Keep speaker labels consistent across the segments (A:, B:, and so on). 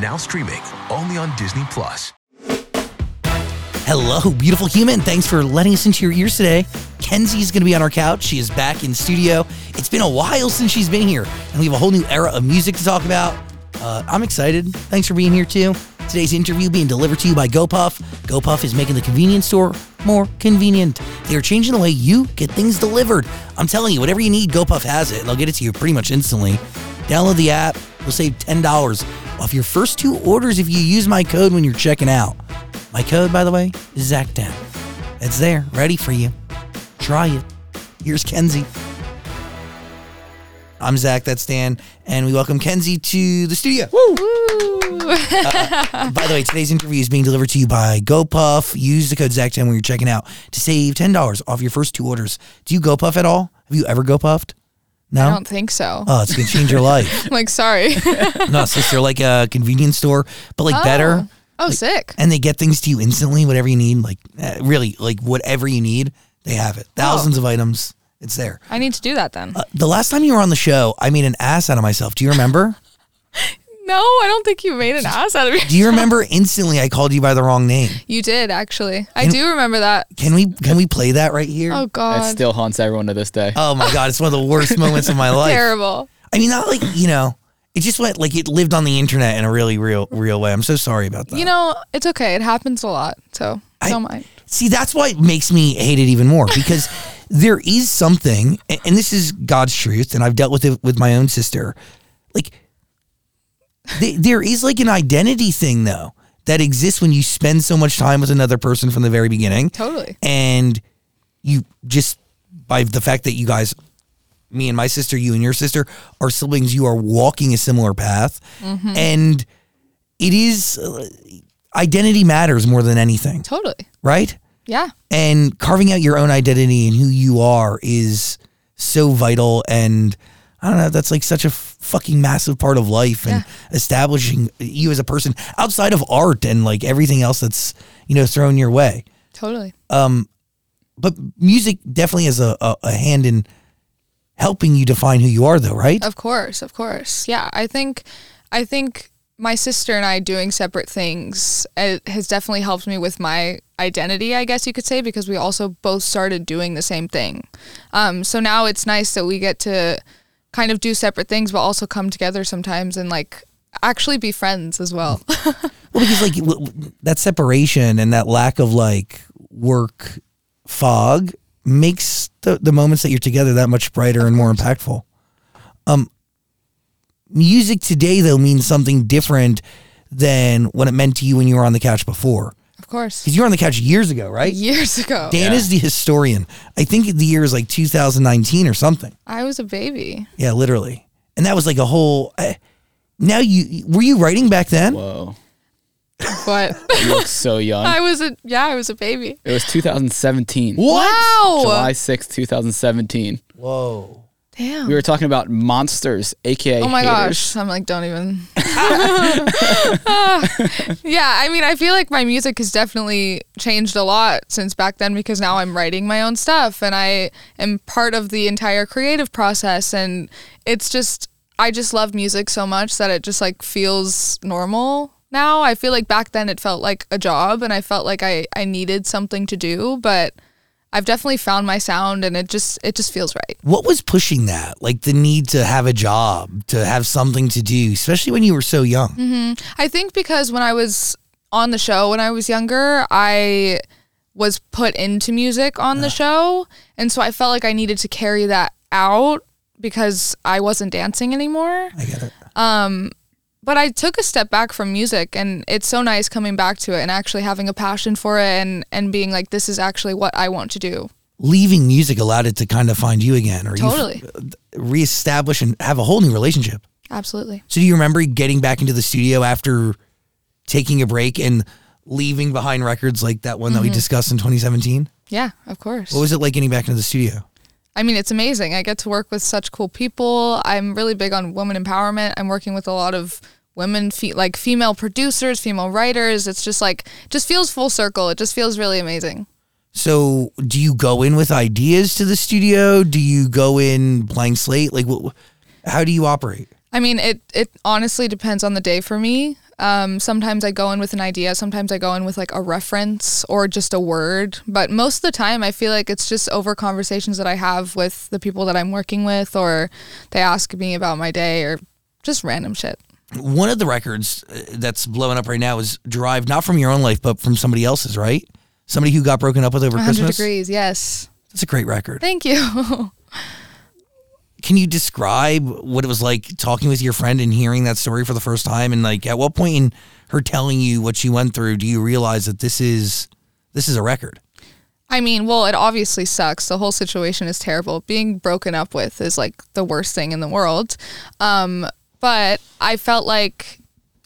A: Now streaming only on Disney Plus.
B: Hello, beautiful human. Thanks for letting us into your ears today. Kenzie's going to be on our couch. She is back in studio. It's been a while since she's been here, and we have a whole new era of music to talk about. Uh, I'm excited. Thanks for being here, too. Today's interview being delivered to you by GoPuff. GoPuff is making the convenience store more convenient. They are changing the way you get things delivered. I'm telling you, whatever you need, GoPuff has it, and they'll get it to you pretty much instantly. Download the app. You'll save $10 off your first two orders if you use my code when you're checking out. My code, by the way, is ZACTOWN. It's there, ready for you. Try it. Here's Kenzie. I'm Zach, that's Dan, and we welcome Kenzie to the studio. Woo! Uh, by the way, today's interview is being delivered to you by GoPuff. Use the code ZACTOWN when you're checking out to save $10 off your first two orders. Do you GoPuff at all? Have you ever GoPuffed? No?
C: I don't think so.
B: oh, it's going to change your life.
C: I'm like, sorry.
B: No, it's they're like a convenience store, but like better.
C: Oh,
B: Like,
C: sick.
B: And they get things to you instantly, whatever you need. Like eh, really, like whatever you need, they have
C: Oh.
B: it. Thousands of items. It's there.
C: I need to do that then.
B: Uh, the last time you were on the show, I made an ass out of myself. Do you remember?
C: no, I don't think you made an ass out of me.
B: Do you remember instantly I called you by the wrong name?
C: You did actually. I do remember that.
B: Can we can we play that right here?
C: Oh
D: That
C: god,
D: still haunts everyone to this day.
B: Oh my god, it's one of the worst moments of my life.
C: terrible.
B: I mean, not like, you know, it just went like it lived on the internet in a really real real way. I'm so sorry about that.
C: You know, it's okay. It happens a lot, so
B: I-
C: don't mind.
B: See, that's why it makes me hate it even more because there is something, and, and this is God's truth, and I've dealt with it with my own sister. Like, th- there is like an identity thing, though, that exists when you spend so much time with another person from the very beginning.
C: Totally.
B: And you just, by the fact that you guys, me and my sister, you and your sister, are siblings, you are walking a similar path. And it is, uh, identity matters more than anything,
C: Totally.
B: right?
C: Yeah.
B: and carving out your own identity and who you are is so vital and i don't know that's like such a f- fucking massive part of life and establishing you as a person outside of art and like everything else that's you know thrown your way
C: Totally.
B: but music definitely has a, a, a hand in helping you define who you are though right
C: Of course, of course. Yeah, I think, I think my sister and I doing separate things it has definitely helped me with my identity, I guess you could say, because we also both started doing the same thing. Um, so now it's nice that we get to kind of do separate things, but also come together sometimes and like actually be friends as well.
B: well because like w- w- that separation and that lack of like work fog makes the, the moments that you're together that much brighter and more impactful um music today though means something different than what it meant to you when you were on the couch before
C: of course.
B: because you were on the couch years ago right
C: Years ago,
B: dan
D: Yeah.
B: is the historian i think the year is like 2019 or something
C: I was a baby.
B: yeah literally and that was like a whole eh. now you were you writing back then
D: Whoa.
C: But
D: You look so young.
C: I was a yeah, I was a baby.
D: it was 2017.
C: Wow.
D: July 6th, 2017.
B: whoa
C: Damn.
D: We were talking about monsters, aka
C: Oh my
D: haters.
C: gosh. I'm like, don't even. yeah, I mean, I feel like my music has definitely changed a lot since back then because now I'm writing my own stuff and I am part of the entire creative process. And it's just, I just love music so much that it just like feels normal now. I feel like back then it felt like a job and I felt like I, I needed something to do, but. I've definitely found my sound and it just it just feels right.
B: What was pushing that? Like the need to have a job, to have something to do, especially when you were so young.
C: I think because when I was on the show when I was younger, I was put into music on the show. And so I felt like I needed to carry that out because I wasn't dancing anymore. Um,
B: I get it.
C: But I took a step back from music and it's so nice coming back to it and actually having a passion for it and, and being like, this is actually what I want to do.
B: Leaving music allowed it to kind of find you again, or you
C: Totally.
B: reestablish and have a whole new relationship.
C: Absolutely.
B: So do you remember getting back into the studio after taking a break and leaving behind records like that one that we discussed in 2017?
C: Yeah, of course.
B: What was it like getting back into the studio?
C: I mean, it's amazing. I get to work with such cool people. I'm really big on women empowerment. I'm working with a lot of women, fe- like female producers, female writers. It's just like, just feels full circle. It just feels really amazing.
B: So do you go in with ideas to the studio? Do you go in blank slate? Like what, how do you operate?
C: I mean, it it honestly depends on the day for me. Um, sometimes I go in with an idea. Sometimes I go in with like a reference or just a word. But most of the time, I feel like it's just over conversations that I have with the people that I'm working with, or they ask me about my day, or just random shit.
B: One of the records uh, that's blowing up right now is derived not from your own life, but from somebody else's, right? Somebody who got broken up with over
C: 100
B: Christmas.
C: degrees, yes.
B: That's a great record.
C: Thank you.
B: Can you describe what it was like talking with your friend and hearing that story for the first time? And like, at what point in her telling you what she went through, do you realize that this is this is a record?
C: I mean, well, it obviously sucks. The whole situation is terrible. Being broken up with is like the worst thing in the world. Um, but I felt like,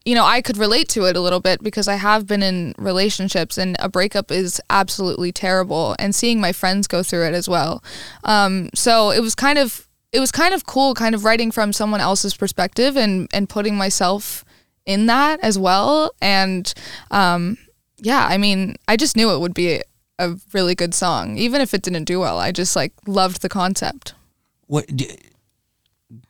C: you know, I could relate to it a little bit because I have been in relationships and a breakup is absolutely terrible. And seeing my friends go through it as well. Um, so it was kind of it was kind of cool, kind of writing from someone else's perspective and and putting myself in that as well. And um, yeah, I mean, I just knew it would be a really good song, even if it didn't do well. I just like loved the concept.
B: What d-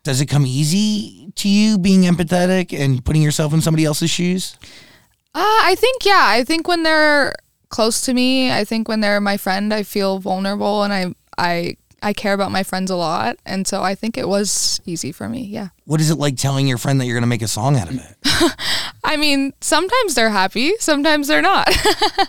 B: does it come easy to you being empathetic and putting yourself in somebody else's shoes?
C: Uh, I think yeah, I think when they're close to me, I think when they're my friend, I feel vulnerable and I I I care about my friends a lot, and so I think it was easy for me. Yeah.
B: What is it like telling your friend that you're going to make a song out of it?
C: I mean, sometimes they're happy, sometimes they're not.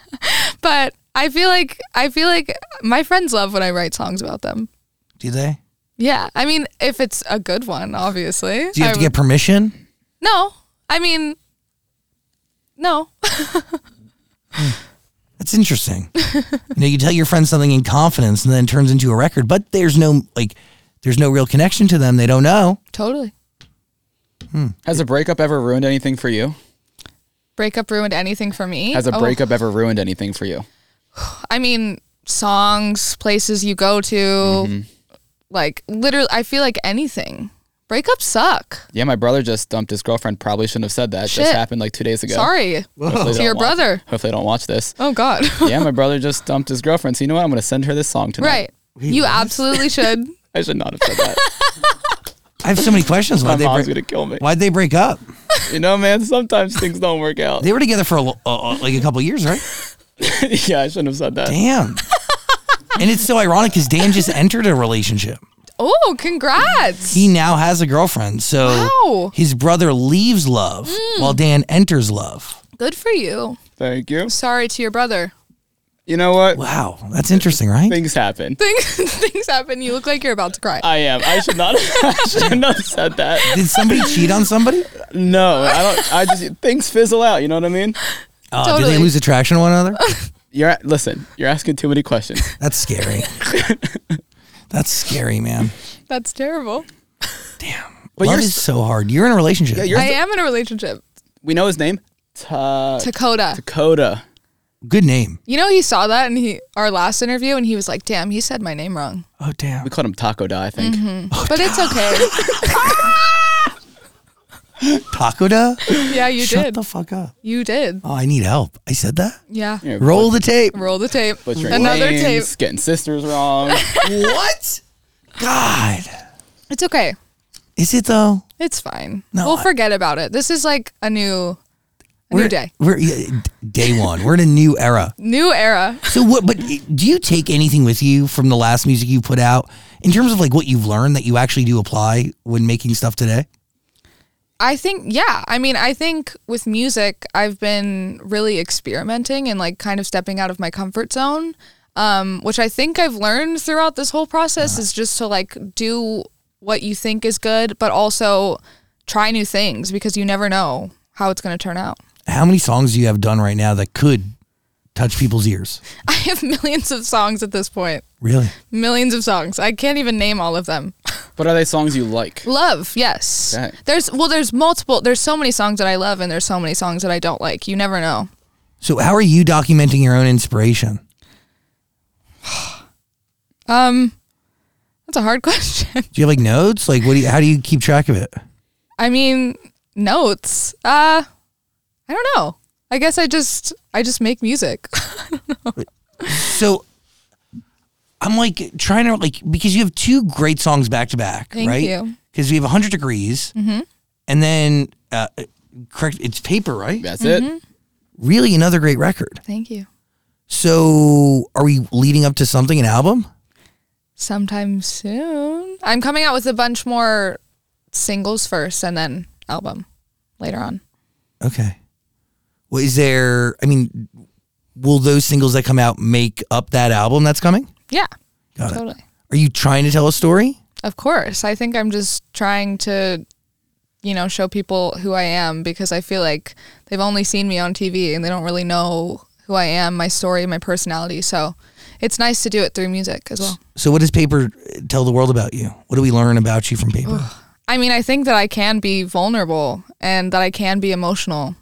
C: but I feel like I feel like my friends love when I write songs about them.
B: Do they?
C: Yeah. I mean, if it's a good one, obviously.
B: Do you have
C: I
B: to get permission?
C: No. I mean No.
B: That's interesting. you know, you tell your friend something in confidence and then it turns into a record, but there's no like there's no real connection to them. They don't know.
C: totally.
D: Has a breakup ever ruined anything for you?
C: Breakup ruined anything for me.
D: Has a
C: Oh,
D: breakup ever ruined anything for you?
C: I mean, songs, places you go to, like literally I feel like anything. Breakups suck.
D: Yeah, my brother just dumped his girlfriend. Probably shouldn't have said that.
C: Shit.
D: Just happened like two days ago.
C: Sorry.
D: Hopefully
C: To
D: they don't
C: your
D: watch-
C: brother.
D: Hopefully, they don't watch this.
C: Oh god.
D: yeah, my brother just dumped his girlfriend. So you know what? I'm gonna send her this song tonight.
C: right. You absolutely should.
D: I should not have said that.
B: I have so many questions.
D: my
B: Why'd they,
D: mom's
B: break-
D: gonna kill me.
B: why'd they break up?
D: You know, man. Sometimes things don't work out.
B: They were together for a, lo- uh, uh, like a couple years, right?
D: yeah, I shouldn't have said that.
B: Damn. and it's so ironic because Dan just entered a relationship.
C: Oh, congrats.
B: He now has a girlfriend. So
C: Wow.
B: his brother leaves love
D: Mm.
B: while Dan enters love.
C: Good for you.
D: Thank you.
C: Sorry to your brother.
D: You know what?
B: Wow. That's interesting, right?
D: Things happen.
C: Things things happen. You look like you're about to cry.
D: I am. I should not. I should not have said that.
B: Did somebody cheat on somebody?
D: No, I don't. I just things fizzle out. You know what I mean?
B: Uh, Did
C: Totally.
B: they lose attraction to one another?
D: You're a- listen. You're asking too many questions.
B: That's scary. That's scary, man.
C: That's terrible.
D: But
B: love
D: you're.
B: is
D: s-
B: so hard. You're in a relationship.
D: Yeah, you're.
C: I am in a relationship.
D: we know his name. Ta-
C: Dakota.
D: Uh, Dakota.
B: Good name.
C: You know, he saw that in he our last interview, and he was like, "Damn, he said my name wrong."
B: Oh, damn.
D: We called him Taco Da. I think.
B: Oh,
C: But it's okay.
B: Takoda?
C: yeah, you
B: Shut
C: did.
B: the fuck up.
C: you did.
B: Oh, I need help. I said that?
C: Yeah.
D: Yeah,
B: Roll the tape.
C: Roll the tape.
D: butchering
C: Another
D: names,
C: tape.
D: Getting sisters wrong.
B: what? God.
C: It's okay.
B: Is it though?
C: It's fine.
B: No,
C: we'll
B: I-
C: forget about it. This is like a new, a
B: we're,
C: new day,
B: We're yeah, d- day one. We're in a new era.
C: new era.
B: So what? But do you take anything with you from the last music you put out in terms of like what you've learned that you actually do apply when making stuff today?
C: I think, yeah. I mean, I think with music, I've been really experimenting and like kind of stepping out of my comfort zone, um, which I think I've learned throughout this whole process is just to like do what you think is good, but also try new things because you never know how it's going to turn out.
B: How many songs do you have done right now that could touch people's ears?
C: I have millions of songs at this point.
B: Really?
C: Millions of songs. I can't even name all of them.
D: But are they songs you like?
C: Love, yes.
D: Okay.
C: There's well, there's multiple. There's so many songs that I love, and there's so many songs that I don't like. You never know.
B: So how are you documenting your own inspiration?
C: That's a hard question.
B: Do you have like notes? Like what do you, how do you keep track of it?
C: I mean, notes. Uh, I don't know. I guess I just I just make music.
B: So I'm like trying to like because you have two great songs back to back,
C: Thank
B: right?
C: you. Mm-hmm.
B: Because we have 100 degrees, and then uh, correct, it's paper, right?
D: That's
C: Mm-hmm.
D: it.
B: Really, another great record.
C: Thank you.
B: So are we leading up to something, an album?
C: Sometime soon. I'm coming out with a bunch more singles first, and then album later on.
B: Okay. Well, is there? I mean, will those singles that come out make up that album that's coming?
C: Yeah,
B: Got it.
C: totally.
B: Are you trying to tell a story?
C: Of course. I think I'm just trying to, you know, show people who I am because I feel like they've only seen me on TV and they don't really know who I am, my story, my personality. So it's nice to do it through music as well.
B: So, what does paper tell the world about you? What do we learn about you from paper?
C: I mean, I think that I can be vulnerable and that I can be emotional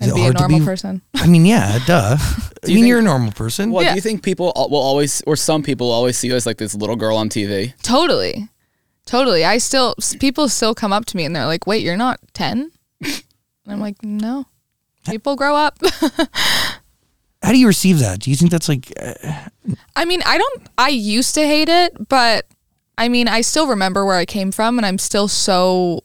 B: Is
C: and
B: it
C: be a
B: hard to
C: normal
B: be-
C: person.
B: I mean, yeah, duh. I mean,
D: think-
B: you're a normal person.
D: Well,
C: Yeah.
D: do you think people al- will always, or some people will always see you as like this little girl on TV?
C: Totally. Totally. I still, s- people still come up to me and they're like, wait, you're not 10? And I'm like, no. People grow up.
B: How do you receive that? Do you think that's like? uh,
C: I mean, I don't. I used to hate it, but I mean, I still remember where I came from, and I'm still so,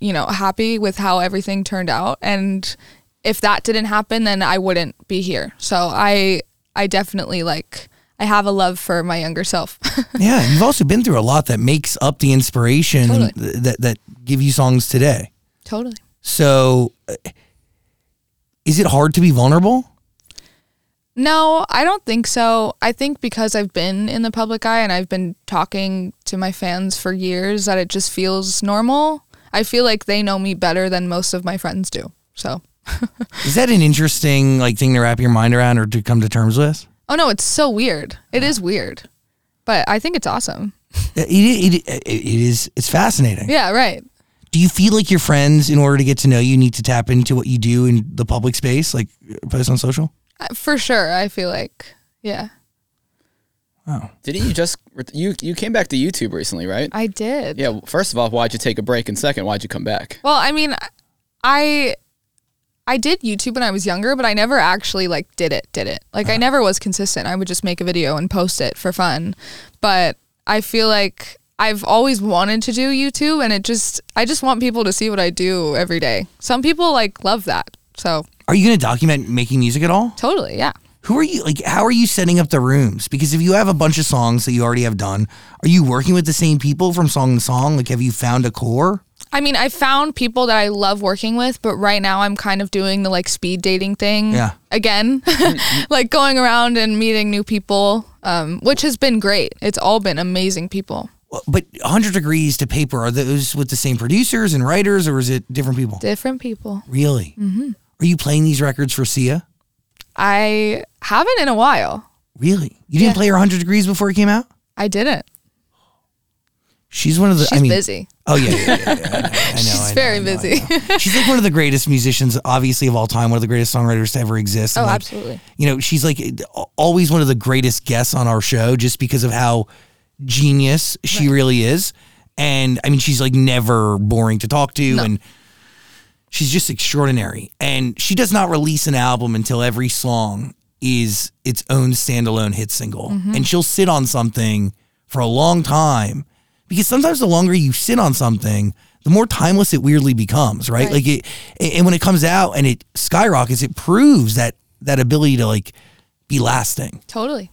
C: you know, happy with how everything turned out. And if that didn't happen, then I wouldn't be here. So I, I definitely like. I have a love for my younger self.
B: yeah, you've also been through a lot that makes up the inspiration and
C: Totally.
B: th- that that give you songs today.
C: totally.
B: So, uh, is it hard to be vulnerable?
C: No, I don't think so. I think because I've been in the public eye and I've been talking to my fans for years that it just feels normal. I feel like they know me better than most of my friends do. So
B: Is that an interesting like thing to wrap your mind around or to come to terms with?
C: Oh no, it's so weird. It is weird, but I think it's awesome.
B: It, it, it, it is it's fascinating.
C: Yeah, right.
B: Do you feel like your friends, in order to get to know you, need to tap into what you do in the public space, like post on social?
C: Uh, For sure, I feel like yeah,
D: Didn't you just ret- you you came back to YouTube recently, right?
C: I did.
D: Yeah. well, First of all, why'd you take a break? And second, why'd you come back?
C: Well, I mean, I I did YouTube when I was younger, but I never actually like did it, did it. Like I never was consistent. I would just make a video and post it for fun. But I feel like I've always wanted to do YouTube and it just I just want people to see what I do every day. Some people like love that. So,
B: Are you going to document making music at all?
C: totally, yeah.
B: Who are you like? How are you setting up the rooms? Because if you have a bunch of songs that you already have done, are you working with the same people from song to song? Like, have you found a core?
C: I mean, I found people that I love working with, but right now I'm kind of doing the like speed dating thing
B: Yeah.
C: again, like going around and meeting new people, um, which has been great. It's all been amazing people,
B: Well, But 100 Degrees to Paper, are those with the same producers and writers, or is it different people?
C: different people.
B: really? Mm-hmm. Are you playing these records for Sia?
C: I haven't in a while.
B: Really? You didn't
C: Yeah.
B: play her 100 Degrees before it came out?
C: I didn't.
B: She's one of the.
C: She's
B: I mean,
C: busy.
B: Oh yeah, yeah, yeah, yeah, yeah, I know, I know,
C: She's
B: I know,
C: very
B: I know, I
C: busy.
B: know. She's like one of the greatest musicians, obviously of all time, one of the greatest songwriters to ever exist.
C: Oh,
B: And, like,
C: absolutely.
B: You know, she's like always one of the greatest guests on our show, just because of how genius she really is. And I mean, she's like never boring to talk to, and she's just extraordinary. And she does not release an album until every song is its own standalone hit single. And she'll sit on something for a long time because sometimes the longer you sit on something, the more timeless it weirdly becomes, right? Like it and when it comes out and it skyrockets, it proves that that ability to like be lasting.
C: Totally.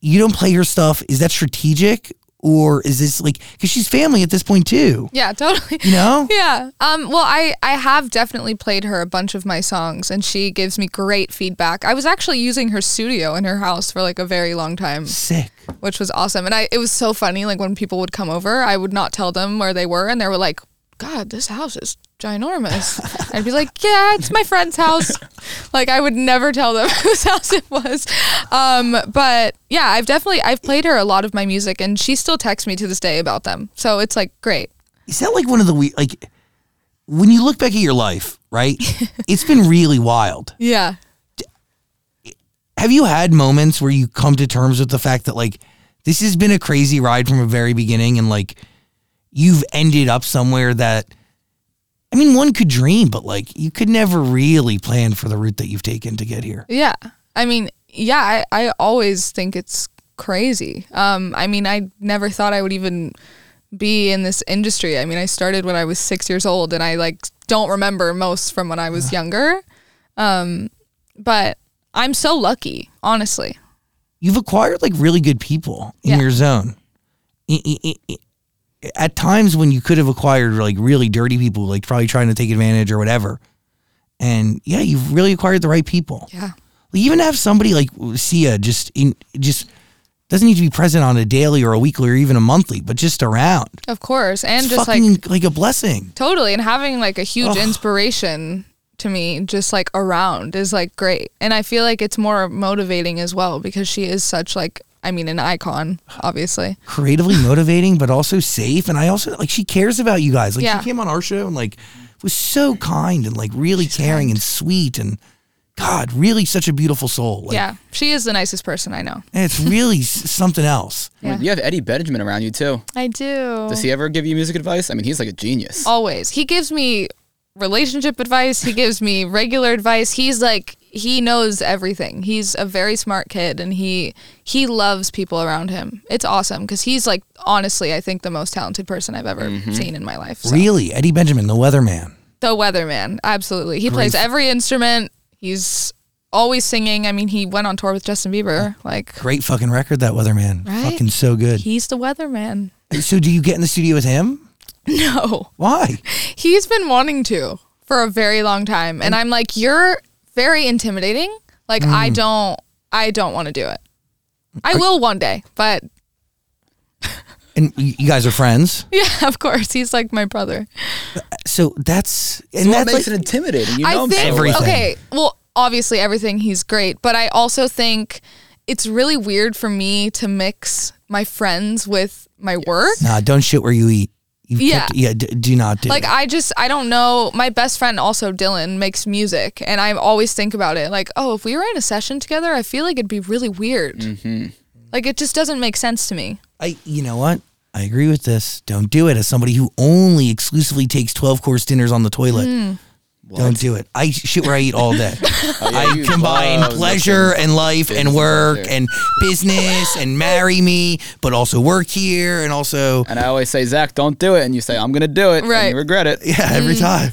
B: You don't play your stuff, is that strategic or is this like because she's family at this point too?
C: Yeah, totally.
B: You know?
C: Yeah. Um, well, I, I have definitely played her a bunch of my songs, and she gives me great feedback. I was actually using her studio in her house for like a very long time,
B: Sick.
C: which was awesome. And I it was so funny. Like when people would come over, I would not tell them where they were, and they were like, "God, this house is ginormous." I'd be like, "Yeah, it's my friend's house." like I would never tell them whose house it was. Um, but yeah, I've definitely I've played her a lot of my music, and she still texts me to this day about them. So it's like great.
B: Is that like one of the we like when you look back at your life, right? it's been really wild.
C: Yeah.
B: Have you had moments where you come to terms with the fact that like this has been a crazy ride from the very beginning and like you've ended up somewhere that I mean, one could dream, but like you could never really plan for the route that you've taken to get here.
C: Yeah. I mean, yeah, I, I always think it's crazy. Um, I mean, I never thought I would even be in this industry. I mean, I started when I was six years old and I like don't remember most from when I was younger. Um, but I'm so lucky, honestly.
B: you've acquired like really good people in
C: Yeah.
B: your zone. I- I- I- I- At times when you could have acquired like really dirty people, like probably trying to take advantage or whatever. And yeah, you've really acquired the right people.
C: Yeah.
B: Like, even have somebody like Sia just in just doesn't need to be present on a daily or a weekly or even a monthly, but just around.
C: Of course. And
B: It's
C: just like
B: fucking like, a blessing.
C: Totally. And having like a huge inspiration to me just like around is like great. And I feel like it's more motivating as well because she is such like I mean an icon, obviously.
B: Creatively motivating, but also safe. And I also like she cares about you guys. Like
C: Yeah.
B: she came on our show and like was so kind and like really caring and sweet and God, really such a beautiful soul. Like,
C: yeah. She is the nicest person I know.
B: and it's really s- something else.
D: I mean,
C: Yeah. Oh.
D: you have Eddie Benjamin around you too.
C: I do.
D: Does he ever give you music advice? I mean, he's like a genius.
C: Always. He gives me relationship advice, he gives me regular advice. He's like he knows everything. He's a very smart kid and he he loves people around him. It's awesome cuz he's like honestly I think the most talented person I've ever
D: Mm-hmm.
C: seen in my life. so.
B: Really, Eddie Benjamin, the weatherman.
C: The weatherman, absolutely. He plays every instrument. He's always singing. I mean, he went on tour with Justin Bieber. Like
B: Great fucking record, that weatherman.
C: Right?
B: Fucking so good.
C: he's the weatherman.
B: so, do you get in the studio with him?
C: No,
B: Why?
C: he's been wanting to for a very long time, and I'm like, you're very intimidating. Like
D: Mm.
C: I don't, I don't want to do it. I will one day, but
B: And y- you guys are friends.
C: yeah, of course, he's like my brother.
B: So that's and
D: So what
B: that's
D: makes
B: like,
D: it intimidating? You know
C: I
D: him
C: think
D: so well.
B: Everything.
C: okay. Well, obviously everything he's great, but I also think it's really weird for me to mix my friends with my work.
B: nah. Don't shit where you eat. You've
C: Yeah.
B: kept- yeah. D- do not do.
C: Like I just I don't know. My best friend also Dylan makes music, and I always think about it. Like, oh, if we were in a session together, I feel like it'd be really weird.
B: Mm-hmm.
C: Like it just doesn't make sense to me.
B: I you know what? I agree with this. Don't do it as somebody who only exclusively takes 12 course dinners on the toilet. Don't do it. I shit where I eat all day.
D: Oh, yeah,
B: I
D: you
B: combine
D: love
B: pleasure and life and work
D: pleasure.
B: and business and marry me, but also work here and also
D: And I always say, Zach, don't do it. And you say, I'm going to do it.
C: Right.
D: And you regret it.
B: yeah, every time.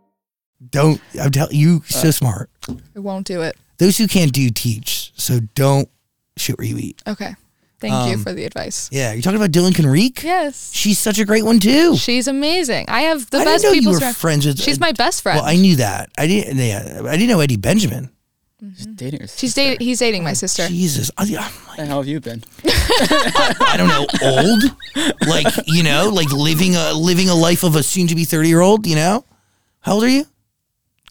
B: Don't I'm telling you so smart.
C: I won't do it.
B: Those who can't do teach. So don't shit where you eat.
C: Okay. Thank you
B: Um,
C: for the advice.
B: Yeah, you're talking about Dylan Conrique?
C: Yes.
B: She's such a great one too.
C: She's amazing. I have the
B: I didn't
C: best
B: know you
C: people.
B: were friends with- uh,
C: She's my best friend.
B: Well, I knew that. I didn't. Yeah, I didn't know Eddie Benjamin.
D: She's dating her
C: She's dating. He's dating my sister.
B: Jesus, I, I'm like,
D: What the hell have you been?
B: I don't know, old, like you know, like living a living a life of a soon to be thirty year old. You know, how old are you?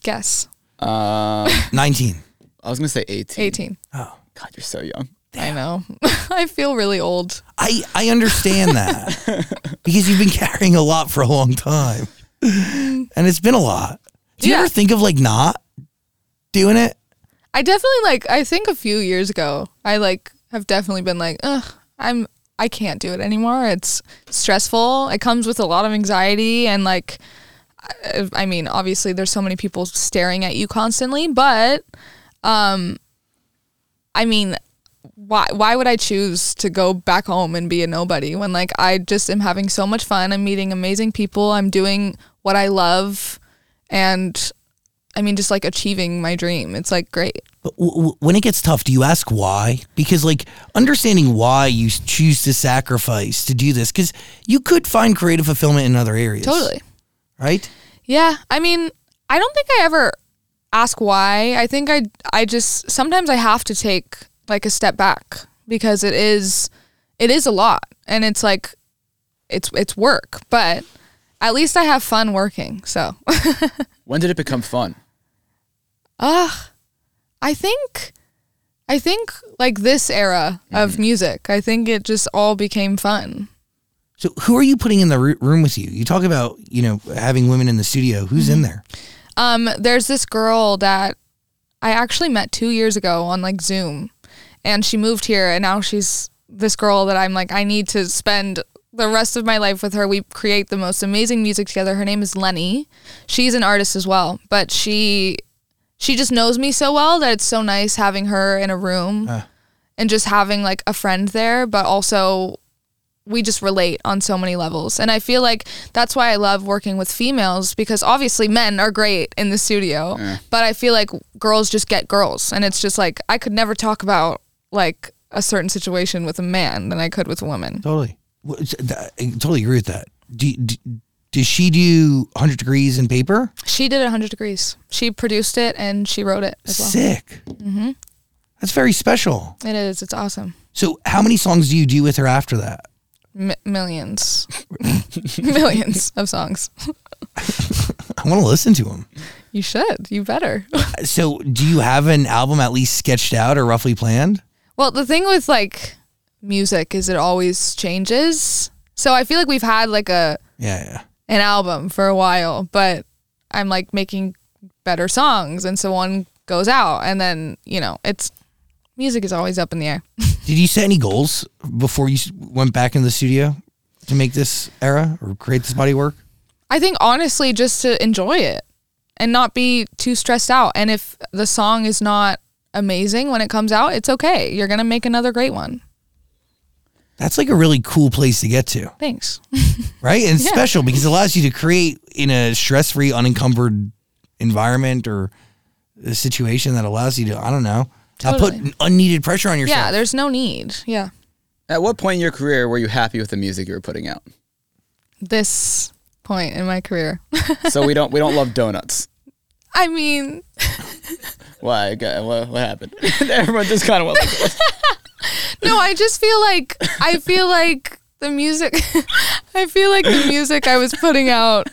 C: Guess
D: Uh,
B: Nineteen.
D: I was gonna say eighteen.
C: eighteen.
D: God, you're so young.
C: I know. I feel really old.
B: I I understand that because you've been carrying a lot for a long time, and it's been a lot. Do you
C: Mm. Yeah.
B: ever think of like not doing it?
C: I definitely like. I think a few years ago, I like have definitely been like, ugh, I'm. I can't do it anymore. It's stressful. It comes with a lot of anxiety and like. I, I mean, obviously, there's so many people staring at you constantly, but, um, I mean, why why would I choose to go back home and be a nobody when like I just am having so much fun. I'm meeting amazing people. I'm doing what I love, and I mean, just like achieving my dream. It's like great.
B: But w- w- when it gets tough, do you ask why? Because like understanding why you s- choose to sacrifice to do this, because you could find creative fulfillment in other areas.
C: Totally.
B: right?
C: Yeah. I mean, I don't think I ever ask why. I think I I just sometimes I have to take like a step back because it is it is a lot and it's like it's it's work, but at least I have fun working. So,
D: When did it become fun?
C: ugh, I think I think like this era of music, I think it just all became fun.
B: So who are you putting in the ru- room with you? You talk about you know having women in the studio. Who's
C: Mm-hmm.
B: in there?
C: Um, there's this girl that I actually met two years ago on like Zoom, and she moved here, and now she's this girl that I'm like, I need to spend the rest of my life with her. We create the most amazing music together. Her name is Lenny. She's an artist as well, but she she just knows me so well that it's so nice having her in a room and just having like a friend there, but also we just relate on so many levels. And I feel like that's why I love working with females because obviously men are great in the studio, but I feel like girls just get girls. And it's just like I could never talk about like a certain situation with a man than I could with a woman.
B: Totally. Well, it's- th- I totally agree with that. Do, do, does she do 100 degrees in paper?
C: She did 100 Degrees. She produced it and she wrote it as well.
B: Sick. Mm-hmm. That's very special.
C: It is. It's awesome.
B: So, how many songs do you do with her after that?
C: M- millions. millions of songs.
B: I want to listen to them.
C: You should. You better.
B: So, do you have an album at least sketched out or roughly planned?
C: Well, the thing with like music is it always changes. So I feel like we've had like a
B: Yeah, yeah.
C: an album for a while, but I'm like making better songs and so one goes out and then, you know, it's music is always up in the air.
B: Did you set any goals before you s- went back in the studio to make this era or create this body work?
C: I think honestly just to enjoy it and not be too stressed out and if the song is not amazing when it comes out, it's okay. You're going to make another great one.
B: That's like a really cool place to get to.
C: Thanks.
B: right? And it's
C: Yeah.
B: special because it allows you to create in a stress free, unencumbered environment or a situation that allows you to, I don't know, not put
C: Totally.
B: unneeded pressure on yourself.
C: Yeah, there's no need. Yeah.
D: At what point in your career were you happy with the music you were putting out?
C: This point in my career.
D: So we don't we don't love donuts.
C: I mean,
D: Why? Okay, What, what happened? Everyone just kind of went. Like,
C: no, I just feel like I feel like the music I feel like the music I was putting out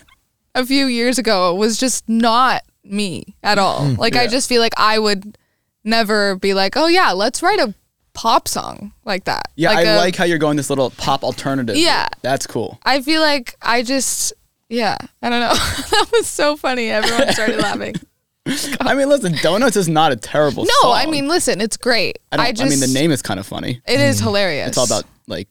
C: a few years ago was just not me at all.
D: Mm,
C: Like I just feel like I would never be like, "Oh yeah, let's write a pop song like that."
D: yeah, I
C: a-
D: like how you're going this little pop alternative. route.
C: Yeah.
D: that's cool.
C: I feel like I just yeah, I don't know. that was so funny. Everyone started laughing.
D: I mean, listen, donuts is not a terrible.
C: No, I
D: song.
C: mean, listen, it's great.
D: I, don't, I,
C: just
D: mean the name is kind of funny.
C: it is hilarious.
D: It's all about like,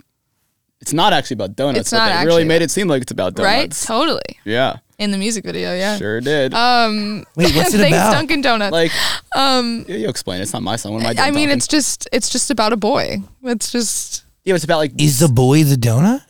D: it's not actually about donuts.
C: It's
D: but
C: not
D: they really
C: actually
D: made it seem like it's about
C: right?
D: donuts.
C: Totally.
D: Yeah,
C: In the music video, yeah.
D: sure did.
C: Uh,
B: Wait, what's it
C: Thanks,
B: about?
C: Dunkin' Donuts.
D: like, um, you, you explain. it. It's not my song. What am I? doing
C: I mean,
D: talking?
C: it's just it's just about a boy. It's just
D: yeah. It's about like
B: Is the boy the donut?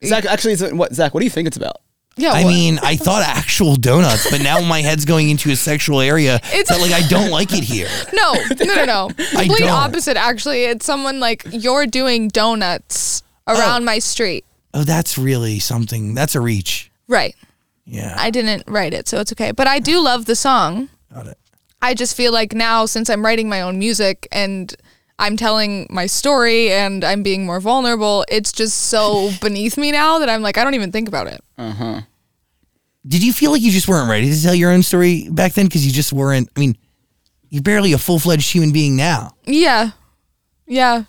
C: e-
D: Zach. Actually, it's, what Zach? What do you think it's about?
C: yeah.
B: I
C: wha-
B: mean, I thought actual donuts, but now my head's going into a sexual area. It's
C: It's-
B: that, like I don't like it here.
C: no, no, no, no. Complete
B: don't.
C: opposite. Actually, it's someone like you're doing donuts around my street.
B: Oh, that's really something. That's a reach.
C: Right.
B: Yeah,
C: I didn't write it, so it's okay. But I do love the song.
B: got it.
C: I just feel like now, since I'm writing my own music and I'm telling my story and I'm being more vulnerable, it's just so beneath me now that I'm like, I don't even think about it.
B: Did you feel like you just weren't ready to tell your own story back then because you just weren't? I mean, you're barely a full fledged human being now.
C: Yeah. Yeah.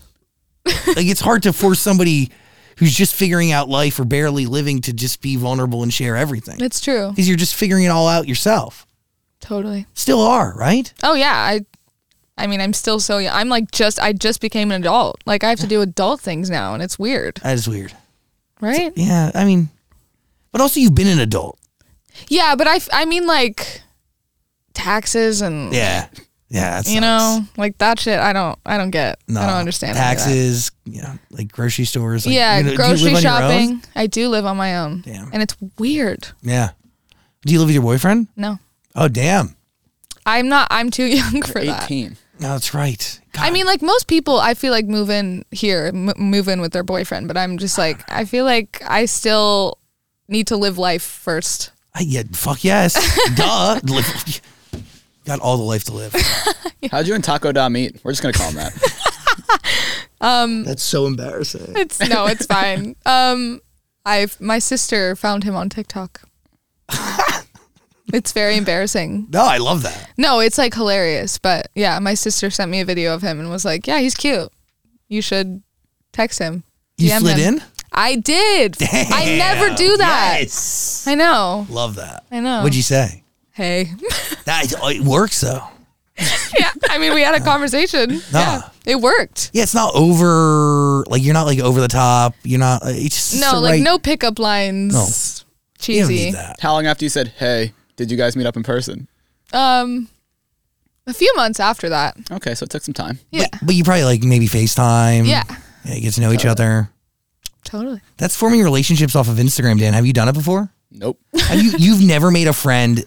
B: like it's hard to force somebody who's just figuring out life or barely living to just be vulnerable and share everything
C: It's true.
B: because you're just figuring it all out yourself.
C: Totally.
B: Still are right?
C: Oh yeah, I I mean, I'm still so young. I'm like just I just became an adult. Like I have to do adult things now and it's weird,
B: That is weird.
C: right?
B: Yeah, I mean, but also you've been an adult.
C: Yeah, but I f- I mean like taxes and
B: Yeah, yeah. that
C: you
B: sucks.
C: know, like that shit I don't I don't get. I
B: Nah,
C: don't understand. any of that.
B: taxes. You know, like grocery stores. Like,
C: yeah,
B: you know, do you
C: grocery
B: live on your own?
C: shopping. I do live on my own.
B: Damn.
C: And it's weird.
B: Yeah. Do you live with your boyfriend?
C: No.
B: Oh, damn.
C: I'm not I'm too young for
D: You're
C: that.
D: 18.
B: No, that's right. God.
C: I mean, like most people, I feel like move in here, m- move in with their boyfriend, but I'm just like, I feel like I still need to live life first.
B: I, yeah, fuck yes. Duh. Live- Got all the life to live.
D: How'd you and Taco Dom eat? We're just gonna call him that.
B: That's so embarrassing.
C: It's no, it's fine. Um, I've my sister found him on TikTok. it's very embarrassing.
B: No, I love that.
C: No, it's like hilarious, but yeah, my sister sent me a video of him and was like, "Yeah, he's cute. You should text him."
B: You
C: DM
B: slid
C: him."
B: in?
C: I did. I never do that.
B: Yes.
C: I know.
B: Love that.
C: I know.
B: What'd you say?
C: Hey.
B: That, it works though.
C: yeah. I mean, we had a conversation. Yeah. It worked.
B: Yeah, it's not over. Like you're not like over the top. You're not. uh, It's just
C: No,
B: the
C: like
B: right-
C: no pickup lines.
B: No. You don't
C: Cheesy.
B: need that.
D: How long after you said, "Hey, did you guys meet up in person?"
C: Um a few months after that.
D: Okay, so it took some time.
C: Yeah.
B: But, but you probably like maybe FaceTime.
C: Yeah.
B: Yeah, you get to know each other.
C: Totally.
B: That's forming relationships off of Instagram, Dan. Have you done it before?
D: Nope.
B: Have you you've never made a friend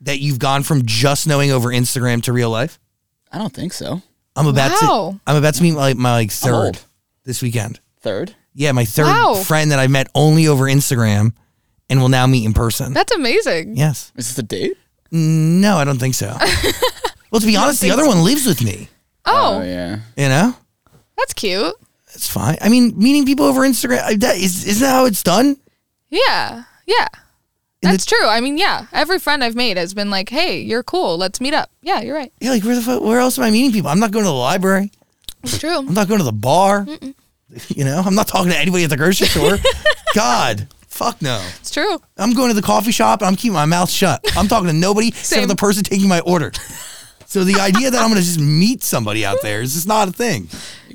B: that you've gone from just knowing over Instagram to real life?
D: I don't think so.
B: I'm about
C: Wow.
B: to I'm about to meet my, my like third
D: old.
B: this weekend.
D: Third.
B: Yeah, my third
C: Wow.
B: friend that I met only over Instagram and will now meet in person.
C: That's amazing.
B: yes.
D: Is this a date?
B: No, I don't think so. well, to be honest, the other one lives with me,
C: Oh,
D: Oh yeah.
B: you know?
C: that's cute.
B: That's fine. I mean, meeting people over Instagram, I- that is, isn't that how it's done?
C: Yeah. Yeah.
B: And
C: That's true. I mean, yeah. Every friend I've made has been like, "Hey, you're cool. Let's meet up." Yeah, you're right.
B: Yeah, like where the fuck, where else am I meeting people? I'm not going to the library.
C: It's true.
B: I'm not going to the bar. You know, I'm not talking to anybody at the grocery store. God, fuck no.
C: It's true.
B: I'm going to the coffee shop and I'm keeping my mouth shut. I'm talking to nobody except for
C: Same.
B: the person taking my order. So the idea that I'm going to just meet somebody out there is just not a thing.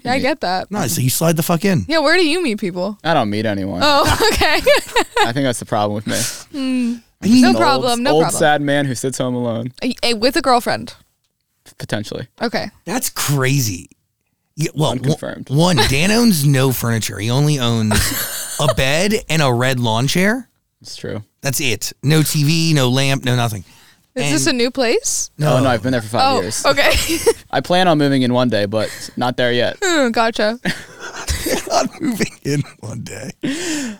C: Yeah, I get that.
B: No, so you slide the fuck in.
C: Yeah, where do you meet people?
D: I don't meet anyone.
C: Oh, okay.
D: I think that's the problem with me.
B: I mean,
C: no
D: An old-
C: problem. No
D: old
C: problem.
D: sad man who sits home alone.
C: Eh, eh, With a girlfriend.
D: Potentially.
C: Okay.
B: That's crazy. Yeah, well, one-
D: Unconfirmed.
B: one, Dan owns no furniture. He only owns a bed and a red lawn chair.
D: It's true.
B: That's it. No TV, no lamp, no nothing.
C: Is this a new place?
D: No, no, I've been there for five
C: Oh,
D: years.
C: okay.
D: I plan on moving in one day, but not there yet.
C: Hmm, gotcha.
B: not moving in one day.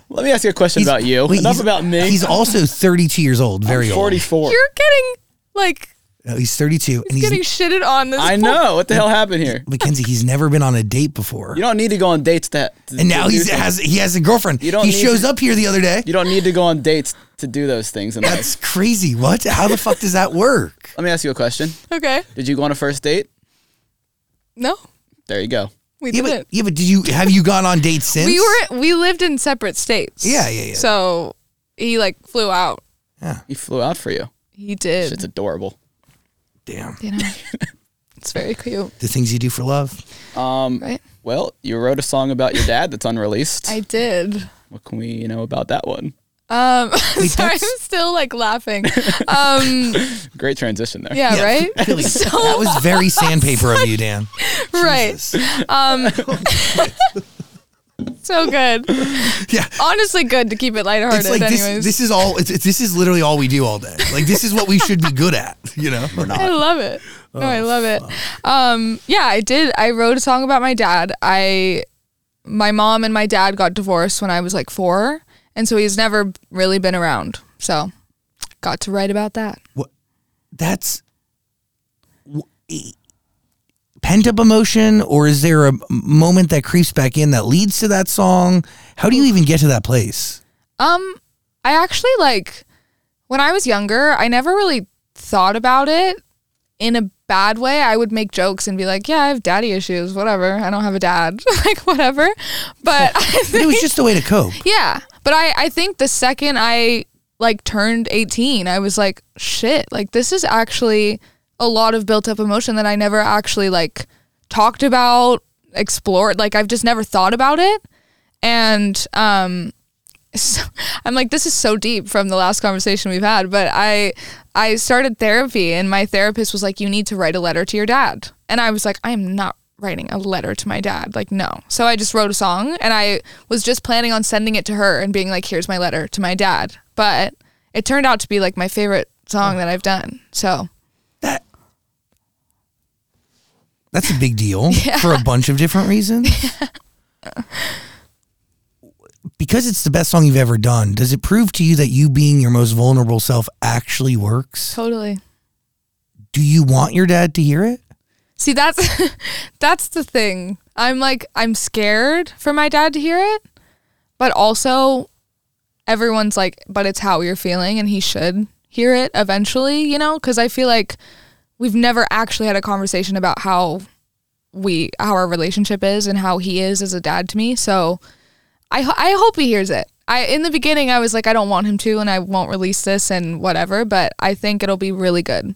D: Let me ask you a question about you.
B: Wait,
D: Enough
B: he's-
D: about me.
B: He's also 32 years old. Very
D: I'm
B: old.
D: 44.
C: You're getting like
B: No, he's 32, and he's
C: getting shitted on this.
D: I
C: po-
D: know. What the hell happened here?
B: Mackenzie. He's never been on a date before.
D: You don't need to go on dates that. to-
B: and
D: to
B: now
D: do
B: he's
D: things.
B: has he has a girlfriend.
D: You don't
B: he
D: need
B: shows
D: to-
B: up here the other day.
D: You don't need to go on dates to do those things. In life.
B: That's crazy. What? How the fuck does that work?
D: Let me ask you a question.
C: Okay.
D: Did you go on a first date?
C: No,
D: There you go.
C: we
B: Yeah, but
C: didn't.
B: yeah, but did you have you gone on dates since?
C: we were we lived in separate states.
B: Yeah, yeah, yeah.
C: So he like flew out.
D: He flew out for you.
C: He did.
D: Shit's adorable.
B: damn
C: you know, it's very cute,
B: the things you do for love.
C: right?
D: Well, you wrote a song about your dad that's unreleased.
C: I did.
D: what can we know about that one?
C: Um, sorry,
B: that's-
C: I'm still like laughing. Um,
D: Great transition there.
C: yeah, Oh, right,
B: Really, that was very sandpaper of you, Dan.
C: right.
B: Oh,
C: Um, so good.
B: Yeah.
C: Honestly, good to keep it lighthearted.
B: It's like
C: anyways,
B: this, this is all it's, it's- this is literally all we do all day. Like this is what we should be good at, you know? We're
C: I
B: not.
C: love it. No,
B: Oh,
C: I love it. Um, yeah, I did. I wrote a song about my dad. I, my mom and my dad got divorced when I was like four, and so he's never really been around. So, got to write about that.
B: That's pent up emotion or is there a moment that creeps back in that leads to that song? How do you even get to that place?
C: Um, I actually like when I was younger, I never really thought about it in a bad way. I would make jokes and be like, "Yeah, I have daddy issues, whatever. I don't have a dad, like whatever." But I
B: It
C: think,
B: was just a way to cope.
C: yeah, but I I think the second I like turned 18, I was like, "Shit, like this is actually a lot of built-up emotion that I never actually like talked about, explored. Like I've just never thought about it." And um so, I'm like, this is so deep from the last conversation we've had. But I I started therapy and my therapist was like, You need to write a letter to your dad. And I was like, I am not writing a letter to my dad. Like, no. So I just wrote a song and I was just planning on sending it to her and being like, here's my letter to my dad. But it turned out to be like my favorite song that I've done. So
B: That That's a big deal for a bunch of different reasons. Because it's the best song you've ever done, does it prove to you that you being your most vulnerable self actually works?
C: totally.
B: Do you want your dad to hear it?
C: See, that's that's the thing. I'm like I'm scared for my dad to hear it, but also everyone's like, but it's how you're feeling, and he should hear it eventually, you know? Because I feel like we've never actually had a conversation about how we how our relationship is and how he is as a dad to me. So I ho- I hope he hears it. I in the beginning I was like I don't want him to, and I won't release this and whatever, but I think it'll be really good.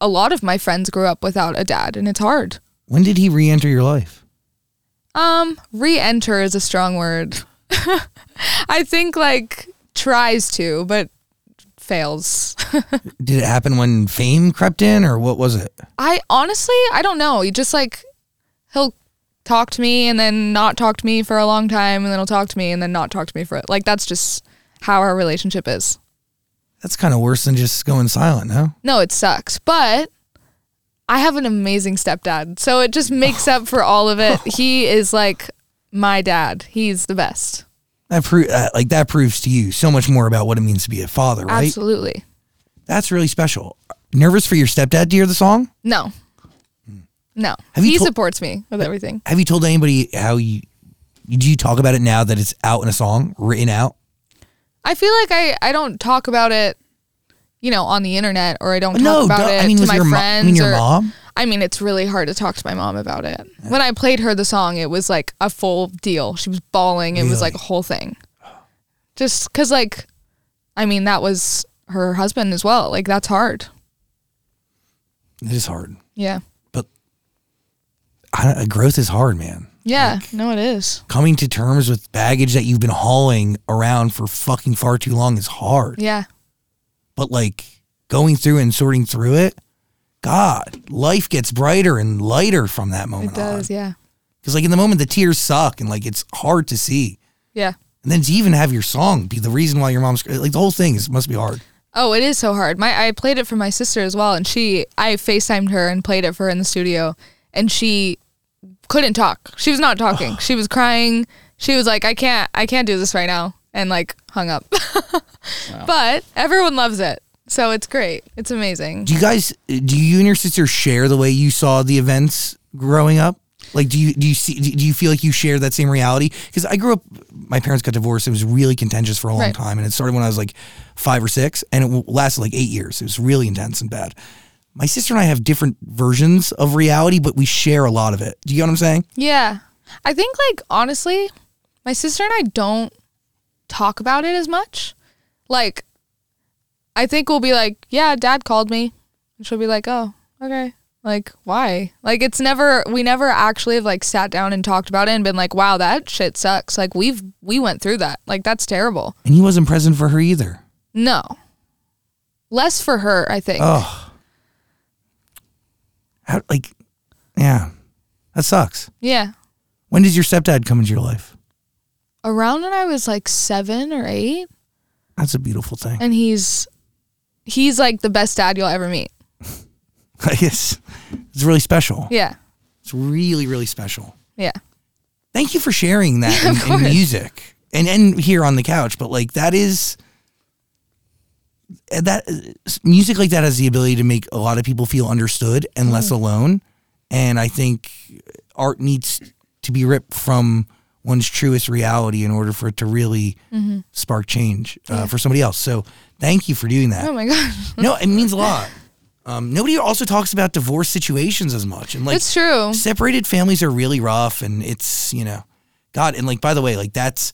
C: a lot of my friends grew up without a dad, and it's hard.
B: when did he re-enter your life?
C: Um, re-enter is a strong word. I think like tries to, but fails.
B: Did it happen when fame crept in, or what was it?
C: I honestly, I don't know. He just like he'll talk to me and then not talk to me for a long time, and then he'll talk to me and then not talk to me for it. Like that's just how our relationship is.
B: That's kind of worse than just going silent, no?
C: No, it sucks, but I have an amazing stepdad. So it just makes up for all of it. He is like my dad. He's the best.
B: That pro- uh, like that proves to you so much more about what it means to be a father, right?
C: Absolutely.
B: That's really special. Nervous for your stepdad to hear the song?
C: No. No.
B: Hmm. Have you
C: he
B: tol-
C: supports me with everything.
B: Have you told anybody how you? Do you talk about it now that it's out in a song, written out?
C: I feel like I, I don't talk about it, you know, on the internet or I don't talk
B: No,
C: about
B: duh, I
C: it
B: mean,
C: to
B: with
C: my
B: your mo- I
C: friends.
B: mean, your
C: or-
B: mom?
C: I mean, it's really hard to talk to my mom about it. When I played her the song, it was like a full deal. She was bawling. It was like a whole thing. Just because, like, I mean, that was her husband as well. Like, that's hard.
B: It is hard.
C: Yeah.
B: I don't, growth is hard, man.
C: Yeah. no, it is.
B: Coming to terms with baggage that you've been hauling around for fucking far too long is hard.
C: Yeah.
B: but like going through and sorting through it, God, life gets brighter and lighter from that moment
C: It does.
B: on.
C: Yeah.
B: Because like in the moment, the tears suck and like it's hard to see,
C: Yeah.
B: and then to even have your song be the reason why your mom's like the whole thing is must be hard.
C: Oh, it is so hard. My I played it for my sister as well, and she I FaceTimed her and played it for her in the studio, and she couldn't talk. She was not talking. she was crying. She was like, "I can't, I can't do this right now," and like hung up. But everyone loves it, so it's great. It's amazing.
B: Do you guys? Do you and your sister share the way you saw the events growing up? Like, do you do you see? Do you feel like you share that same reality? Because I grew up, my parents got divorced. It was really contentious for a long
C: Right.
B: time, and it started when I was like five or six, and it w- lasted like eight years. It was really intense and bad. My sister and I have different versions of reality, but we share a lot of it. Do you get what I'm saying?
C: Yeah. I think, like, honestly, my sister and I don't talk about it as much. Like, I think we'll be like, yeah, dad called me. And she'll be like, oh, okay. Like, why? Like, it's never, we never actually have like sat down and talked about it and been like, wow, that shit sucks. Like, we've, we went through that. Like, that's terrible.
B: And he wasn't present for her either.
C: No. Less for her, I think.
B: Oh. How, like, yeah, that sucks.
C: Yeah.
B: When did your stepdad come into your life?
C: Around when I was like seven or eight.
B: That's a beautiful thing.
C: And he's, he's like the best dad you'll ever meet.
B: I guess it's really special.
C: Yeah.
B: It's really, really special.
C: Yeah.
B: Thank you for sharing that
C: Yeah, of
B: in, in
C: course.
B: music and, and here on the couch. But like, that is eh, that music like that has the ability to make a lot of people feel understood and less
C: Mm-hmm.
B: alone. And I think art needs to be ripped from one's truest reality in order for it to really
C: Mhm.
B: spark change uh, for somebody else. So thank you for doing that.
C: Oh my gosh.
B: no, it means a lot. Um, nobody also talks about divorce situations as much, and like
C: it's true.
B: separated families are really rough, and it's you know, God, and like by the way, like that's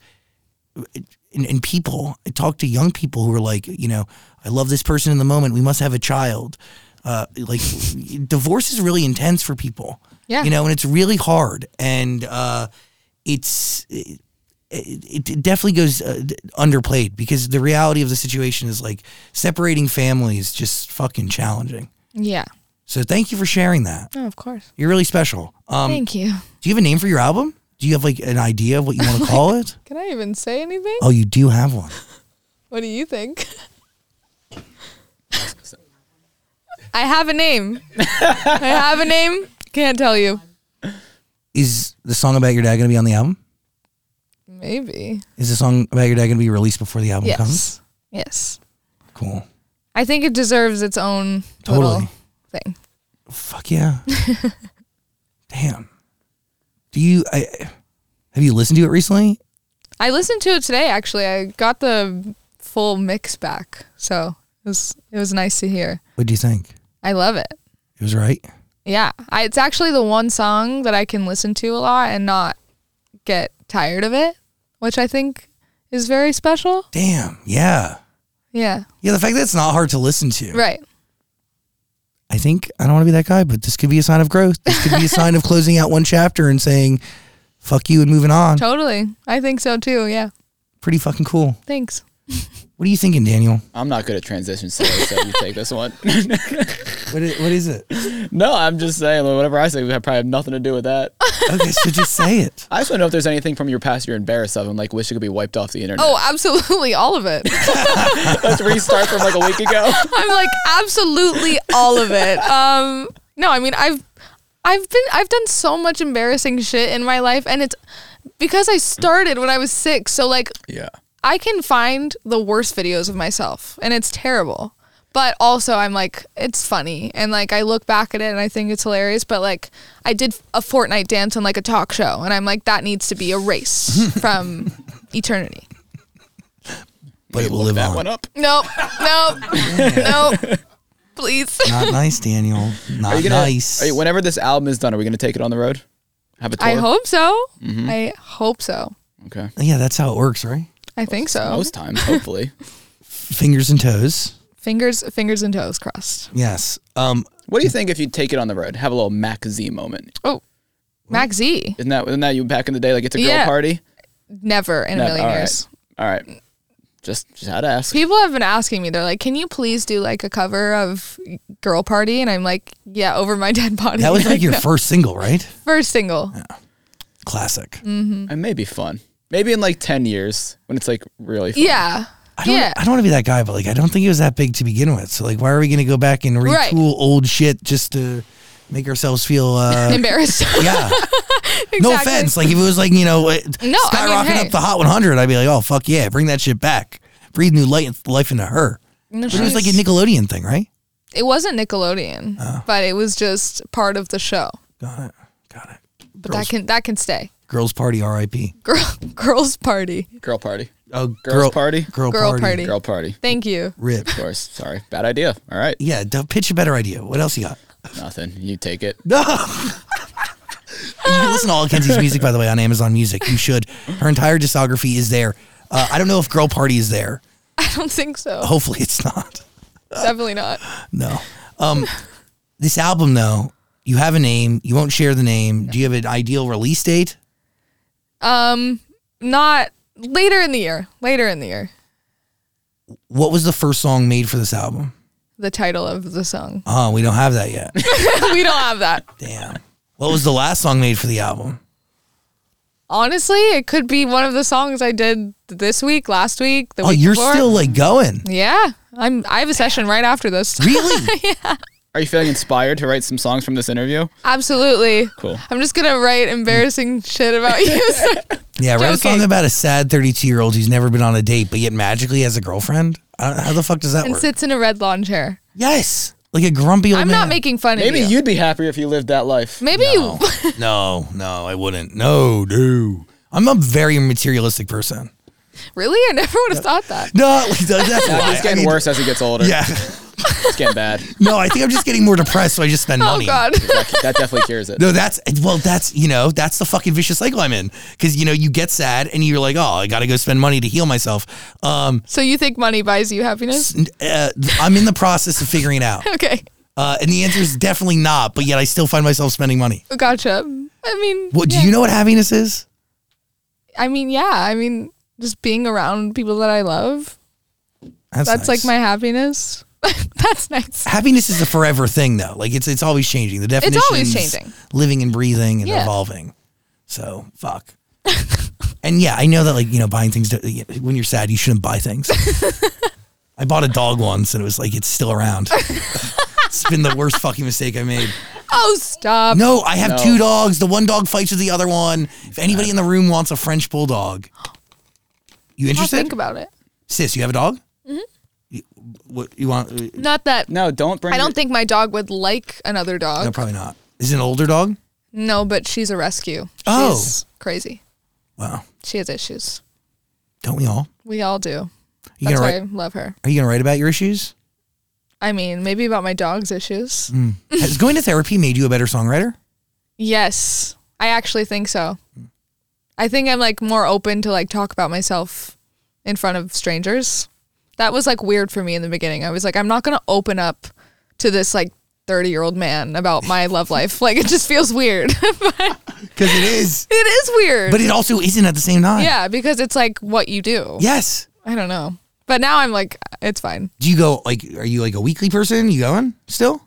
B: and, and people I talk to young people who are like, you know, I love this person in the moment. We must have a child. Uh, like divorce is really intense for people.
C: Yeah.
B: you know, and it's really hard, and uh, it's. It, it, it definitely goes uh, d- underplayed because the reality of the situation is like separating families just fucking challenging.
C: Yeah.
B: So thank you for sharing that.
C: Oh, of course.
B: You're really special. Um,
C: Thank you.
B: do you have a name for your album? Do you have like an idea of what you want to call it?
C: Can I even say anything?
B: Oh, you do have one.
C: What do you think? I have a name. I have a name. Can't tell you.
B: Is the song about your dad going to be on the album?
C: Maybe.
B: Is the song about your dad going to be released before the album
C: yes.
B: comes?
C: Yes.
B: Cool.
C: I think it deserves its own
B: Totally.
C: little thing.
B: Fuck yeah. Damn. Do you? I have you listened to it recently?
C: I listened to it today actually. I got the full mix back. So it was it was nice to hear.
B: What do you think?
C: I love it.
B: It was right.
C: Yeah. I, it's actually the one song that I can listen to a lot and not get tired of it, which I think is very special.
B: Damn. Yeah.
C: Yeah.
B: Yeah. The fact that it's not hard to listen to.
C: Right.
B: I think I don't want to be that guy, but this could be a sign of growth. This could be a sign of closing out one chapter and saying, "Fuck you" and moving on.
C: Totally. I think so too. Yeah.
B: Pretty fucking cool.
C: Thanks.
B: What are you thinking, Daniel?
D: I'm not good at transitions, so, so you take this one.
B: What is, what is it?
D: no, I'm just saying like, whatever I say, we have probably have nothing to do with that.
B: Okay, so just say it.
D: I just want to know if there's anything from your past you're embarrassed of and like wish it could be wiped off the internet.
C: Oh, absolutely all of it.
D: Let's restart from like a week ago.
C: I'm like absolutely all of it. Um no, I mean I've I've been I've done so much embarrassing shit in my life and it's because I started when I was 6. So like
D: Yeah.
C: I can find the worst videos of myself and it's terrible. But also I'm like it's funny and like I look back at it and I think it's hilarious, but like I did a Fortnite dance on like a talk show and I'm like that needs to be erased from eternity.
B: But it will live
D: That
B: on.
D: one up.
C: Nope. Nope. nope. Please.
B: Not nice, Daniel. Not
D: Are you gonna,
B: nice.
D: Are you, whenever this album is done, are we going to take it on the road? Have a tour?
C: I hope so.
D: Mm-hmm.
C: I hope so.
D: Okay.
B: yeah, that's how it works, right?
C: I think so.
D: Most times, hopefully.
B: Fingers and toes.
C: fingers, fingers and toes crossed.
B: Yes. Um,
D: what do you think if you take it on the road? Have a little Mac Z moment.
C: Oh, Mac Z.
D: Isn't that, isn't that you back in the day? Like it's a girl
C: Yeah.
D: party?
C: Never in
D: No,
C: a million
D: all right.
C: years.
D: All right. Just, just had to ask.
C: People have been asking me. They're like, "Can you please do like a cover of Girl Party?" And I'm like, "Yeah, over my dead body."
B: that was like your
C: no.
B: first single, right?
C: first single.
B: Classic.
C: Mm,
D: It may be fun. Maybe in like 10 years when it's like really fun.
C: Yeah.
B: I don't.
C: Yeah.
B: I don't want to be that guy, but like, I don't think it was that big to begin with. So like, why are we going to go back and retool
C: Right.
B: old shit just to make ourselves feel? Uh,
C: Embarrassed.
B: yeah.
C: exactly.
B: No offense. Like if it was like you know, it-
C: No, I mean,
B: skyrocketing
C: hey.
B: up the Hot 100, I'd be like, oh fuck yeah, bring that shit back, breathe new light life into her.
C: No,
B: But it was like a
C: she's-
B: Nickelodeon thing, right?
C: it wasn't Nickelodeon,
B: Oh.
C: but it was just part of the show.
B: Got it. Got it.
C: But that can that can stay.
B: Girls party, R.I.P.
C: Girl, girls party.
D: Girl party.
B: Oh,
D: Girls party?
B: Girl,
C: Girl
B: party.
C: party.
D: Girl party.
C: Thank you.
B: Rip.
D: Of course. Sorry. Bad idea. All right.
B: Yeah, d- pitch a better idea. What else you got?
D: Nothing. You take it.
B: No. you can listen to all of Kenzie's music, by the way, on Amazon Music. You should. Her entire discography is there. Uh, I don't know if Girl Party is there.
C: I don't think so.
B: Hopefully, it's not.
C: Definitely not.
B: No. Um, this album, though, you have a name. You won't share the name. Do you have an ideal release date?
C: Um, not later in the year. Later in the year.
B: What was the first song made for this album?
C: The title of the song.
B: Oh, we don't have that yet.
C: we don't have that.
B: Damn. What was the last song made for the album?
C: Honestly, it could be one of the songs I did this week, last week, the
B: Oh,
C: week
B: you're
C: before.
B: still like going.
C: Yeah, I'm. I have a session right after this.
B: Really?
C: yeah,
D: Are you feeling inspired to write some songs from this interview?
C: absolutely.
D: Cool.
C: I'm just gonna write
B: Mm.
C: embarrassing shit about you. sir.
B: Yeah, write a song
C: Joking.
B: about a sad 32 year old who's never been on a date, but yet magically has a girlfriend. I don't, how the fuck does that
C: and
B: work?
C: sits in a red lawn chair.
B: yes, like a grumpy old
C: I'm
B: man.
C: not making fun
D: Maybe
C: of you.
D: you'd be happier if you lived that life.
C: Maybe you.
B: no, no, I wouldn't. No, no. I'm a very materialistic person.
C: really? I never would have thought that.
B: No, like, that- that's
D: Yeah,
B: why.
D: it's
B: I
D: getting
B: mean,
D: worse as he gets older.
B: Yeah.
D: It's getting bad.
B: No, I think I'm just getting more depressed, so I just spend
C: Oh
B: money.
C: God.
D: That, that definitely cures it.
B: No, that's well, that's you know, that's the fucking vicious cycle I'm in because you know you get sad and you're like, oh, I gotta go spend money to heal myself. Um,
C: so you think money buys you happiness?
B: n- uh, I'm in the process of figuring it out,
C: Okay,
B: uh, and the answer is definitely not. But yet I still find myself spending money.
C: gotcha. I mean,
B: What
C: yeah.
B: do you know what happiness is?
C: I mean, yeah. I mean, just being around people that I love. That's
B: nice.
C: like my happiness. That's nice.
B: happiness is a forever thing though. Like it's it's always changing. The definition
C: always changing.
B: Living and breathing and
C: Yeah.
B: evolving. So fuck. and yeah, I know that like you know buying things to, when you're sad, you shouldn't buy things. I bought a dog once and it was like it's still around. it's been the worst fucking mistake I made.
C: Oh, stop.
B: No, I have
D: No.
B: two dogs. The one dog fights with the other one. If anybody in the room wants a French bulldog, you
C: I'll
B: interested?
C: think about it.
B: Sis, you have a dog? Mm-hmm. You, what you want? uh, No,
C: Not that
D: No, don't bring.
C: I don't
D: your-
C: think my dog would like another dog. No,
B: probably not. Is it an older dog?
C: but she's a rescue. She's
B: Oh.
C: crazy.
B: Wow.
C: She has issues.
B: Don't we all?
C: We all do.
B: You
C: That's
B: gonna
C: why
B: write?
C: I love her.
B: Are you gonna write about your issues?
C: I mean, maybe about my dog's issues.
B: Has going to therapy made you a better songwriter?
C: Yes, I actually think so. I think I'm like more open to like talk about myself in front of strangers. That was like weird for me in the beginning. I was like, I'm not gonna open up to this like 30 year old man about my love life. Like it just feels weird.
B: Because it is,
C: it is weird.
B: but it also isn't at the same time.
C: yeah, because it's like what you do.
B: Yes.
C: I don't know. But now I'm like, it's fine.
B: Do you go like? Are you like a weekly person? You going still?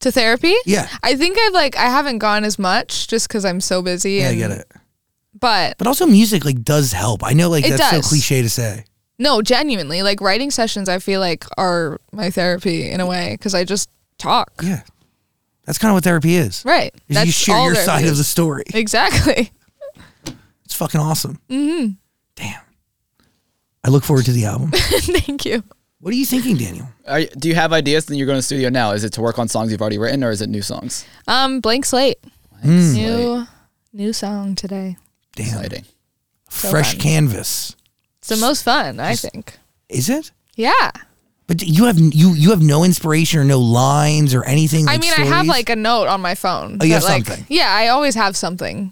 C: To therapy?
B: Yeah.
C: I think I've like, I haven't gone as much just because I'm so busy.
B: Yeah, I
C: and-
B: get it.
C: But
B: But also, music like does help. I know, like
C: It
B: that's so
C: does.
B: cliche to say.
C: no, genuinely, like writing sessions, I feel like are my therapy in a way because I just talk.
B: Yeah, that's kind of what therapy is.
C: Right.
B: Is you share your
C: therapy
B: side of
C: is.
B: the story.
C: Exactly.
B: It's fucking awesome. Mm-hmm. Damn. I look forward to the album.
C: Thank you.
B: what are you thinking, Daniel?
D: Are you- do you have ideas? Then you're going to the studio now. Is it to work on songs you've already written, or is it new songs?
C: Um, Blank Slate.
B: Hmm.
C: New, new song today.
B: Damn.
D: Exciting.
B: Fresh
C: fun.
B: canvas.
C: It's the most fun, I think.
B: Is it?
C: Yeah.
B: But you have you you have no inspiration or no lines or anything.
C: I
B: like
C: mean, I have
B: stories?
C: like a note on my phone.
B: Oh, you
C: that,
B: have
C: like,
B: something.
C: Yeah, I always have something.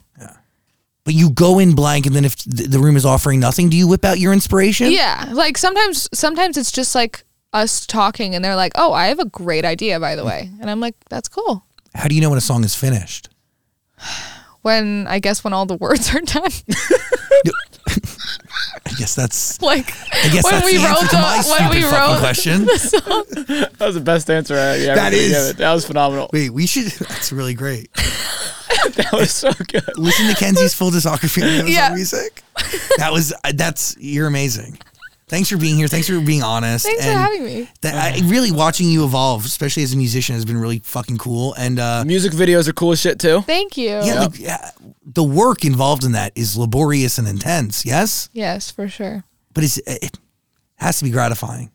B: But you go in blank, and then if th- the room is offering nothing, do you whip out your inspiration?
C: Yeah, like sometimes, sometimes it's just like us talking, and they're like, "Oh, I have a great idea, by the way," and I'm like, "That's cool."
B: How do you know when a song is finished?
C: When I guess when all the words are done,
B: I guess that's.
C: like
B: I guess
C: when
B: that's
C: we
B: the answer
C: wrote
B: to my
C: the when
B: stupid
C: we
B: fucking
C: wrote
B: question.
D: That was the best answer I ever
B: That
D: could give
B: is-
D: it. That was phenomenal.
B: Wait, we should. That's really great.
D: That was so good.
B: Listen to Kenzie's full discography on Amazon
C: Yeah.
B: Music. That was. uh, That's you're amazing. Thanks for being here. Thanks for being honest.
C: Thanks for
B: and
C: having me.
B: That, I, really watching you evolve, especially as a musician, has been really fucking cool. And uh,
D: Music videos are cool as shit too.
C: "Thank you."
B: yeah, like, yeah, the work involved in that is laborious and intense. Yes,
C: Yes, for sure.
B: but it's, it has to be gratifying.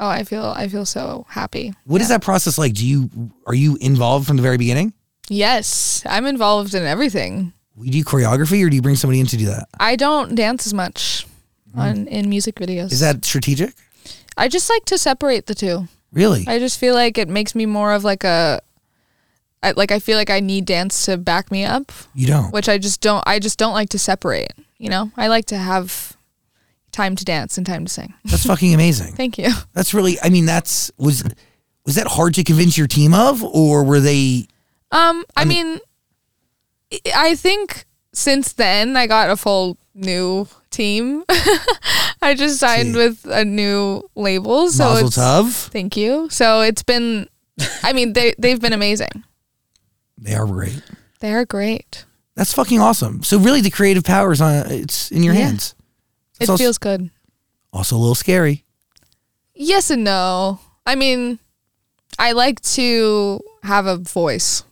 C: Oh, I feel I feel so happy.
B: What is that process like? Do you are you involved from the very beginning?
C: Yes, I'm involved in everything.
B: We do choreography, or do you bring somebody in to do that?
C: I don't dance as much on in music videos.
B: Hmm. Is that strategic?
C: I just like to separate the two.
B: Really?
C: I just feel like it makes me more of like a I, like I feel like I need dance to back me up.
B: You don't.
C: Which I just don't. I just don't like to separate. You know, I like to have time to dance and time to sing.
B: That's fucking amazing.
C: Thank you.
B: That's really. I mean, that's was was that hard to convince your team of, or were they?
C: Um, I mean, I- I think since then I got a full new team. I just signed with a new label, so
B: Mazel
C: it's
B: tov.
C: thank you. So it's been, I mean, they they've been amazing.
B: They are great.
C: They are great.
B: That's fucking awesome. So really, the creative power is on. It's in your
C: Yeah.
B: hands.
C: It
B: It's also,
C: feels good.
B: also a little scary.
C: Yes and no. I mean, I like to have a voice.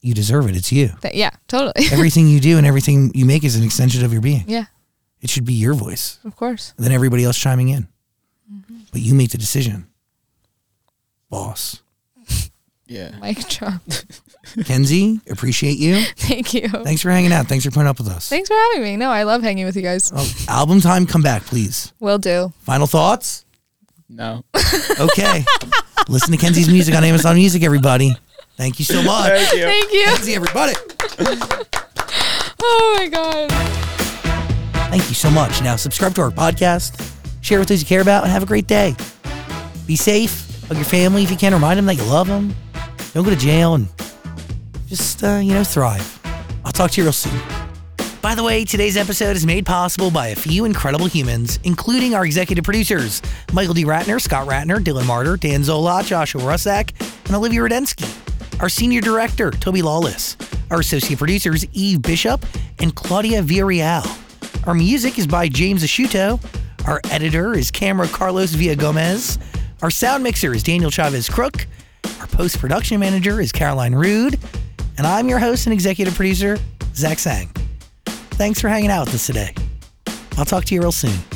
B: You deserve it. It's you.
C: That, yeah, totally.
B: everything you do and everything you make is an extension of your being.
C: yeah,
B: It should be your voice,
C: of course.
B: and then everybody else chiming in.
C: Mm-hmm.
B: But you make the decision, boss.
D: Yeah.
C: Mic drop.
B: Kenzie, appreciate you.
C: Thank you.
B: Thanks for hanging out. Thanks for putting up with us.
C: Thanks for having me. No, I love hanging with you guys.
B: Oh. Album time, come back, please.
C: Will do.
B: Final thoughts?
D: No.
B: Okay. Listen to Kenzie's music on Amazon Music, everybody. Thank you so much.
D: Thank you.
C: Thank you.
B: Kenzie, everybody.
C: Oh my god.
B: Thank you so much. Now, subscribe to our podcast, share with those you care about, and have a great day. Be safe. Hug your family if you can. Remind them that you love them. Don't go to jail and just, uh, you know, thrive. I'll talk to you real soon. By the way, today's episode is made possible by a few incredible humans, including our executive producers Michael D. Ratner, Scott Ratner, Dylan Martyr, Dan Zola, Joshua Rusak, and Olivia Rudensky. Our senior director, Toby Lawless. Our associate producers, Eve Bishop and Claudia Villarreal. Our music is by James Asciuto. Our editor is Camera Carlos Villa Gomez. Our sound mixer is Daniel Chavez Crook. Our post production manager is Caroline Rude. And I'm your host and executive producer, Zach Sang. Thanks for hanging out with us today. I'll talk to you real soon.